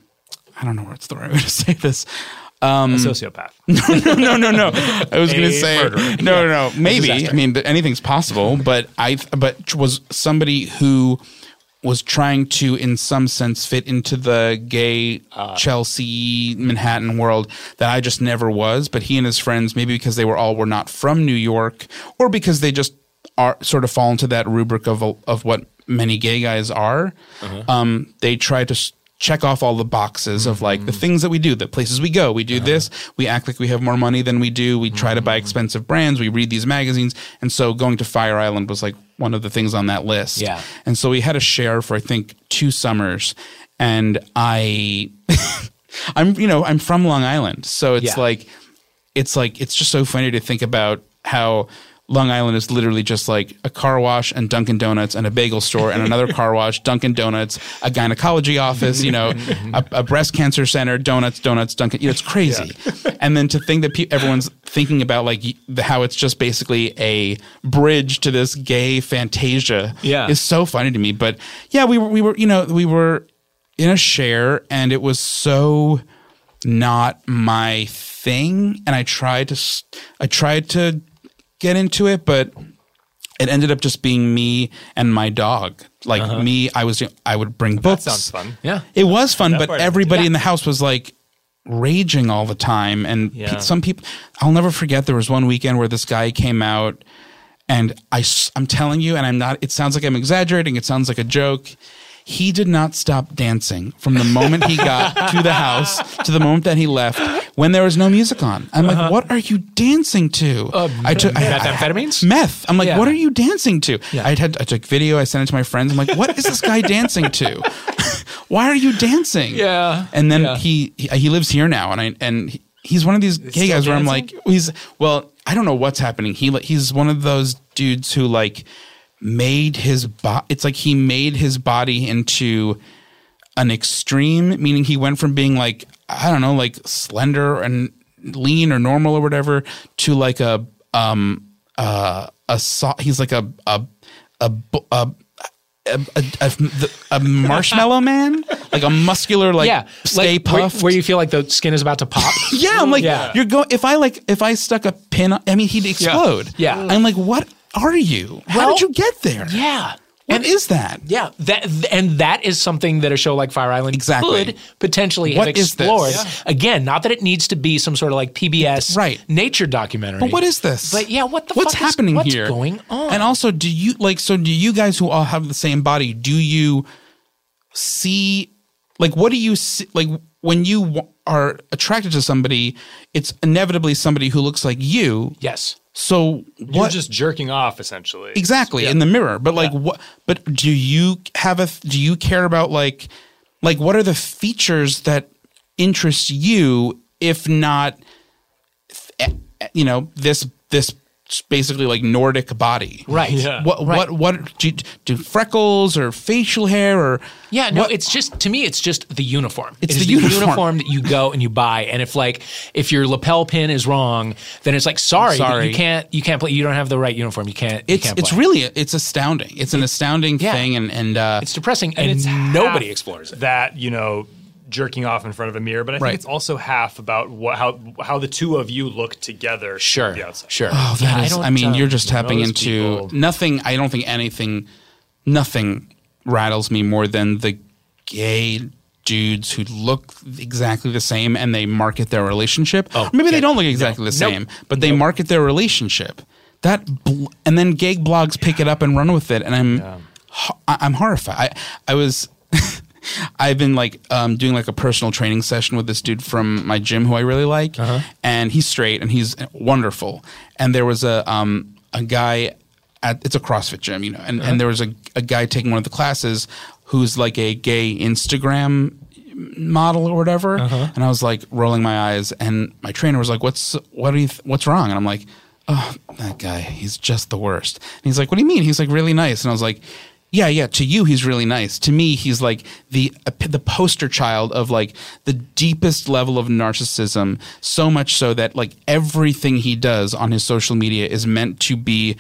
I don't know what's the right way to say this.
a
Mm.
sociopath.
no, no, no. I was going
A
to say
murderer.
no, no, no. Maybe I
disaster.
mean th- anything's possible, but I but was somebody who was trying to, in some sense, fit into the gay uh, Chelsea Manhattan world that I just never was. But he and his friends, maybe because they were all were not from New York, or because they just are sort of fall into that rubric of of what many gay guys are.
Uh-huh.
Um, they try to. s- Check off all the boxes of like the
Mm-hmm.
things that we do, the places we go. We do
Uh-huh.
this. We act like we have more money than we do. We try to buy
Mm-hmm.
expensive brands. We read these magazines. And so going to Fire Island was like one of the things on that list.
Yeah.
And so we had a share for I think two summers, and I, I'm you know I'm from Long Island, so it's
Yeah.
like, it's like it's just so funny to think about how Long Island is literally just like a car wash and Dunkin' Donuts and a bagel store and another car wash, Dunkin' Donuts, a gynecology office, you know, a, a breast cancer center, donuts, donuts, Dunkin'. You know, it's crazy. And then to think that pe- everyone's thinking about like y- the- how it's just basically a bridge to this gay fantasia
Yeah.
is so funny to me. But yeah, we were we were you know we were in a share, and it was so not my thing. And I tried to s- I tried to get into it, but it ended up just being me and my dog. Like me, I was I would bring books.
Uh-huh. sounds fun.
Yeah.
It was fun, but
part is-
everybody in the house was like raging all the time. And pe-
Yeah.
some people, I'll never forget, there was one weekend where this guy came out, and I, s- I'm telling you, and I'm not, it sounds like I'm exaggerating, it sounds like a joke. He did not stop dancing from the moment he got to the house to the moment that he left when there was no music on. I'm
Uh-huh.
like, what are you dancing to?
Oh,
I took I- I-
methamphetamines?
meth. I'm like,
Yeah.
what are you dancing to?
Yeah.
I had I took video. I sent it to my friends. I'm like, what is this guy dancing to? Why are you dancing?
Yeah.
And then
Yeah.
he, he he lives here now, and I and he- he's one of these gay
still
guys where I'm like,
dancing?
he's well, I don't know what's happening. He li- he's one of those dudes who like made his body. It's like he made his body into an extreme, meaning he went from being like, I don't know, like slender and lean or normal or whatever to like a, um, uh, a, so- he's like a, a, a, bu- a, a, a, a, the- a marshmallow man, like a muscular, like
yeah.
stay
like, where-
puffed.
Where, you feel like the skin is about to pop.
yeah, I'm like,
Yeah.
you're going. If I like, if I stuck a pin, on- I mean, he'd explode.
Yeah.
I'm like, what are you? How
Well,
did you get there?
yeah.
What is that?
Yeah, that th- and that is something that a show like Fire Island
Exactly.
could potentially have
What is this?
explored.
Yeah.
Again, not that it needs to be some sort of like PBS
Right.
nature documentary.
But what is this?
But yeah, what the
what's
fuck is-
happening
what's
here?
going on?
And also, do you like? So, do you guys who all have the same body? Do you see? Like, what do you see? Like, when you w- are attracted to somebody, it's inevitably somebody who looks like you.
Yes.
So
You're
what?
just jerking off essentially.
exactly in the mirror. But like, what? But do you have a? Do you care about like, like what are the features that interest you? If not eh, you know this this basically like Nordic body,
Right.
Yeah.
What what what do, you- do freckles or facial hair or
Yeah, no, it's just to me, it's just the uniform.
It's
It is
the uniform.
that you go and you buy. And if like if your lapel pin is wrong, then it's like sorry, but
Sorry.
you can't you can't play. You don't have the right uniform. You can't. you
it's
can't
it's
play.
really it's astounding. It's an astounding
Yeah.
thing, and and uh,
it's depressing, and,
it's
nobody
half
explores it.
That you know, jerking off in front of a mirror. But I think
Right.
it's also half about what how how the two of you look together.
Sure,
from the outside.
sure.
oh, that is- I, mean,
uh,
you're just tapping
those
into
people-
nothing. I don't think anything nothing rattles me more than the gay dudes who look exactly the same and they market their relationship. Or maybe they don't look exactly the
Nope.
same, but they market their relationship. That bl- and then gay blogs pick it up and run with it, and I'm ho- I- I'm horrified. I, I was. I've been like um, doing like a personal training session with this dude from my gym who I really like, and he's straight and he's wonderful. And there was a um, a guy at it's a CrossFit gym, you know, and, and there was a, a guy taking one of the classes who's like a gay Instagram model or whatever,
Uh-huh.
and I was like rolling my eyes, and my trainer was like, "What's what are you th- what's wrong?" And I'm like, "Oh, that guy, he's just the worst." And he's like, "What do you mean?" He's like, "Really nice," and I was like. yeah, yeah. To you, he's really nice. To me, he's like the the poster child of like the deepest level of narcissism. So much so that like everything he does on his social media is meant to be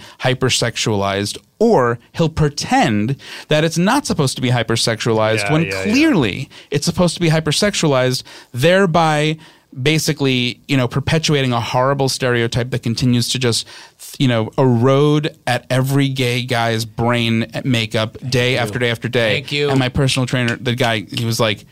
hypersexualized, or he'll pretend that it's not supposed to be hypersexualized
Yeah,
when
yeah, yeah.
clearly it's supposed to be hypersexualized, thereby basically you know perpetuating a horrible stereotype that continues to just you know erode at every gay guy's brain at makeup day after day after day
Thank you.
and my personal trainer the guy he was like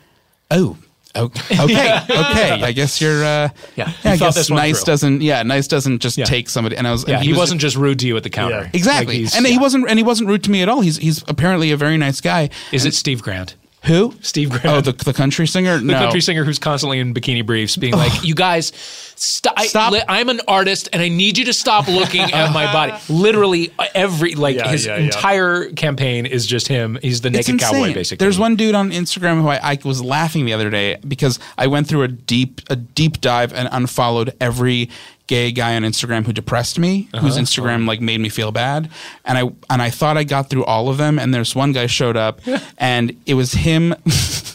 oh o- okay okay i guess you're uh
Yeah.
i
He thought
guess
this one
nice
through.
doesn't yeah nice doesn't just
Yeah.
take somebody and i was and
Yeah, he,
was-
wasn't just rude to you at the counter.
Yeah.
exactly
Like, he's-
and he
yeah.
wasn't and he wasn't rude to me at all he's he's apparently a very nice guy
Is it Steve Grant?
who
Steve Grant.
oh the, the country singer
the
no Oh.
country singer who's constantly in bikini briefs, being like, "You guys, st- I,
Stop.
li- I'm an artist, and I need you to stop looking at my body." Literally, uh, every like
Yeah,
his
yeah, yeah.
entire campaign is just him. He's the naked cowboy, basically.
There's one dude on Instagram who I, I was laughing the other day because I went through a deep a deep dive and unfollowed every gay guy on Instagram who depressed me,
Uh-huh.
whose Instagram like made me feel bad, and I and I thought I got through all of them, and there's one guy showed up, and it was him.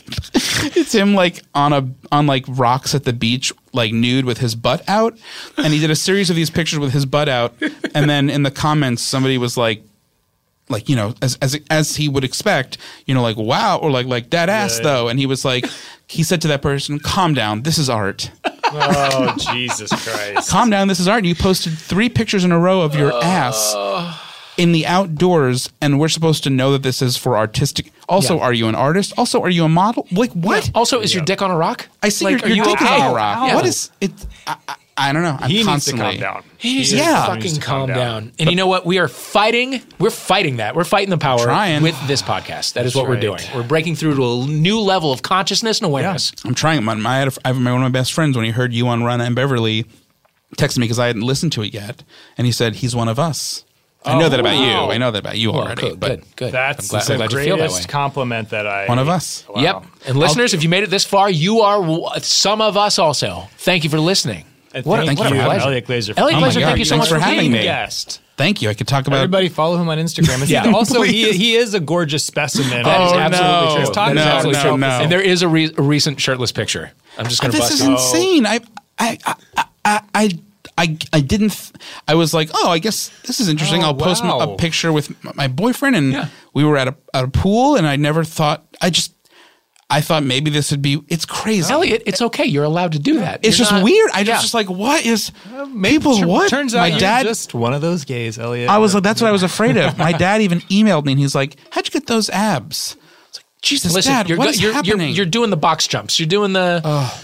it's him like on a on like rocks at the beach like nude with his butt out and he did a series of these pictures with his butt out and then in the comments somebody was like like you know as as as he would expect you know like wow or like like that ass
yeah.
though and he was like he said to that person calm down this is art
Oh Jesus Christ!
calm down this is art you posted three pictures in a row of your ass in the outdoors and we're supposed to know that this is for artistic also
Yeah.
are you an artist also are you a model like what
Also, is your dick on a rock?
i see
Like,
your, your
are you
dick is
okay?
on a rock
Yeah.
what is it i, I, I don't know i'm
He needs to
constantly
calm down.
He needs
Yeah.
to
He needs
fucking
to calm
calm down.
down.
And you know what? We are fighting. We're fighting that. We're fighting the power
Trying.
with this podcast. That is what we're
right.
doing. We're breaking through to a new level of consciousness and awareness.
I'm trying. My, my, I had a- I have my, one of my best friends when he heard you on Run and Beverly texted me because I hadn't listened to it yet, and he said he's one of us. I know that about
wow.
you. I know that
Oh,
about you already.
good,
but
good, good.
That's
I'm glad,
the
I'm glad you
greatest
feel that way.
compliment that I.
one of us.
Yep. And listeners, if you made it this far, you are w- some of us also. Thank you for listening.
And
What a-
thank
what a
you,
pleasure.
Elliot Glazer, for
Elliot
coming.
Glazer, thank
Oh my God,
you so
thanks
much
for having
being
me.
a
Guest.
Thank you. I could talk about.
Everybody follow him on Instagram. And
Yeah.
Also, he he is a gorgeous specimen.
That is
Oh,
absolutely
no.
true.
His talk
That
is
is
No,
absolutely
no,
true.
no.
And there is a, re- a recent shirtless picture. I'm just going to
this
bust
is
it.
insane. I, I, I, I, I, I, I didn't. Th- I was like, oh, I guess this is interesting.
Oh,
I'll post m-
wow.
a picture with m- my boyfriend, and
Yeah.
we were at a at a pool, and I never thought. I just, I thought maybe this would be. It's crazy.
Elliot, it's okay. You're allowed to do that.
It's
You're
just
not-
weird. I just,
Yeah.
just like what is people? what
Turns out
my
you're
dad?
just one of those gays, Elliot.
I was like, that's what I was afraid of. My dad even emailed me, and he's like, "How'd you get those abs?" It's like, Jesus,
Listen,
Dad,
you're,
what
go-
is
you're, you're,
happening?
you're doing the box jumps. You're doing the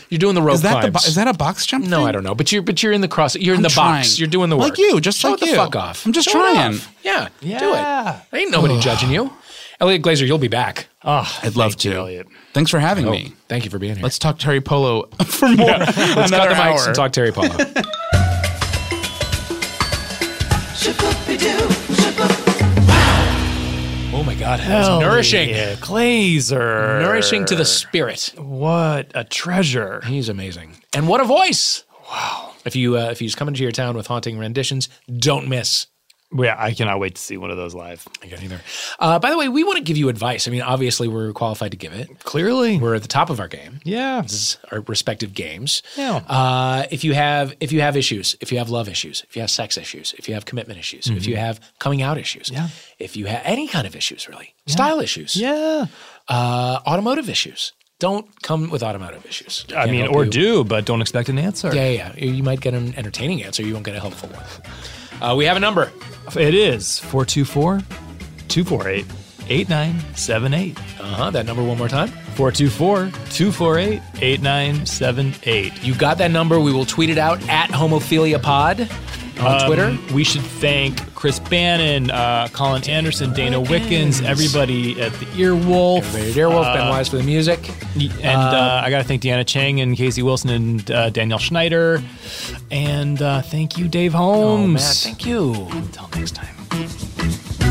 you're doing the rope
is that the
climbs.
bo- is that a box jump?
no, I don't know. But you're but you're in the cross. You're in the box. You're doing the work.
Like you, just
Show
like
it the
you.
fuck off.
I'm just
Show it
trying.
off. Yeah,
Yeah.
do it. Ain't nobody judging you. Elliot Glazer, you'll be back.
Oh.
Oh,
I'd love
Thank you,
to.
Elliot.
Thanks for having me.
Thank you for being here.
Let's talk Terry Polo for more. Let's
cut the mics and talk Terry Polo. oh my God, that was nourishing,
Elliot Glazer.
nourishing to the spirit.
What a treasure.
He's amazing, and what a voice! Wow. If you uh, if he's coming to your town with haunting renditions, don't miss.
Yeah, I cannot wait to see one of those live.
Either. Uh, by the way, we want to give you advice. I mean, obviously, we're qualified to give it.
Clearly.
We're at the top of our game.
Yeah.
games, our respective games.
Yeah.
Uh, if you have if you have issues, if you have love issues, if you have sex issues, if you have commitment issues, if you have coming out issues,
Mm-hmm. Yeah.
if you have any kind of issues really, style issues,
Yeah.
uh, automotive issues. Don't come with automotive issues.
I
Can't
mean,
help
or
you.
do, but don't expect an answer.
Yeah, yeah, yeah. You might get an entertaining answer. You won't get a helpful one. Uh, we have a number.
It is 424 248 8978.
Uh huh. That number one more time.
424 248 8978.
You got that number. We will tweet it out at Homophilia Pod on Twitter.
We should thank Chris Bannon, uh, Colin Anderson, Dana Wickens, everybody at the Earwolf.
Everybody at Earwolf, Ben Wise for the music.
Y- And uh, I got to thank Deanna Chang and Casey Wilson and uh, Danielle Schneider. And uh, thank you, Dave
Oh, man,
Holmes.
thank you.
Until next time.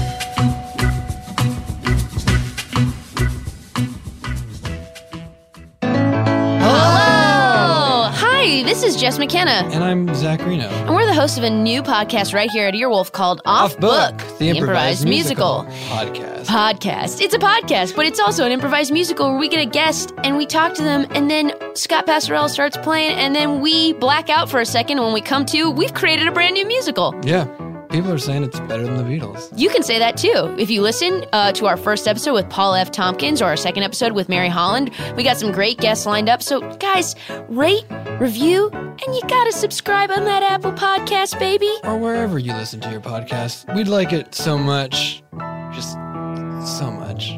Oh, Hi, this This is Jess McKenna,
And I'm Zach Reno.
and we're the host of a new podcast right here at Earwolf called Off, Book,
the improvised musical podcast.
podcast. It's a podcast, but it's also an improvised musical where we get a guest and we talk to them, and then Scott Passarella starts playing, and then we black out for a second. And when we come to, we've created a brand new musical.
Yeah, people are saying it's better than the Beatles.
You can say that too. If you listen uh, to our first episode with Paul F. Tompkins or our second episode with Mary Holland, we got some great guests lined up. So, guys, rate, review, and you gotta subscribe on that Apple Podcast, baby.
Or wherever you listen to your podcast. We'd like it so much. Just so much.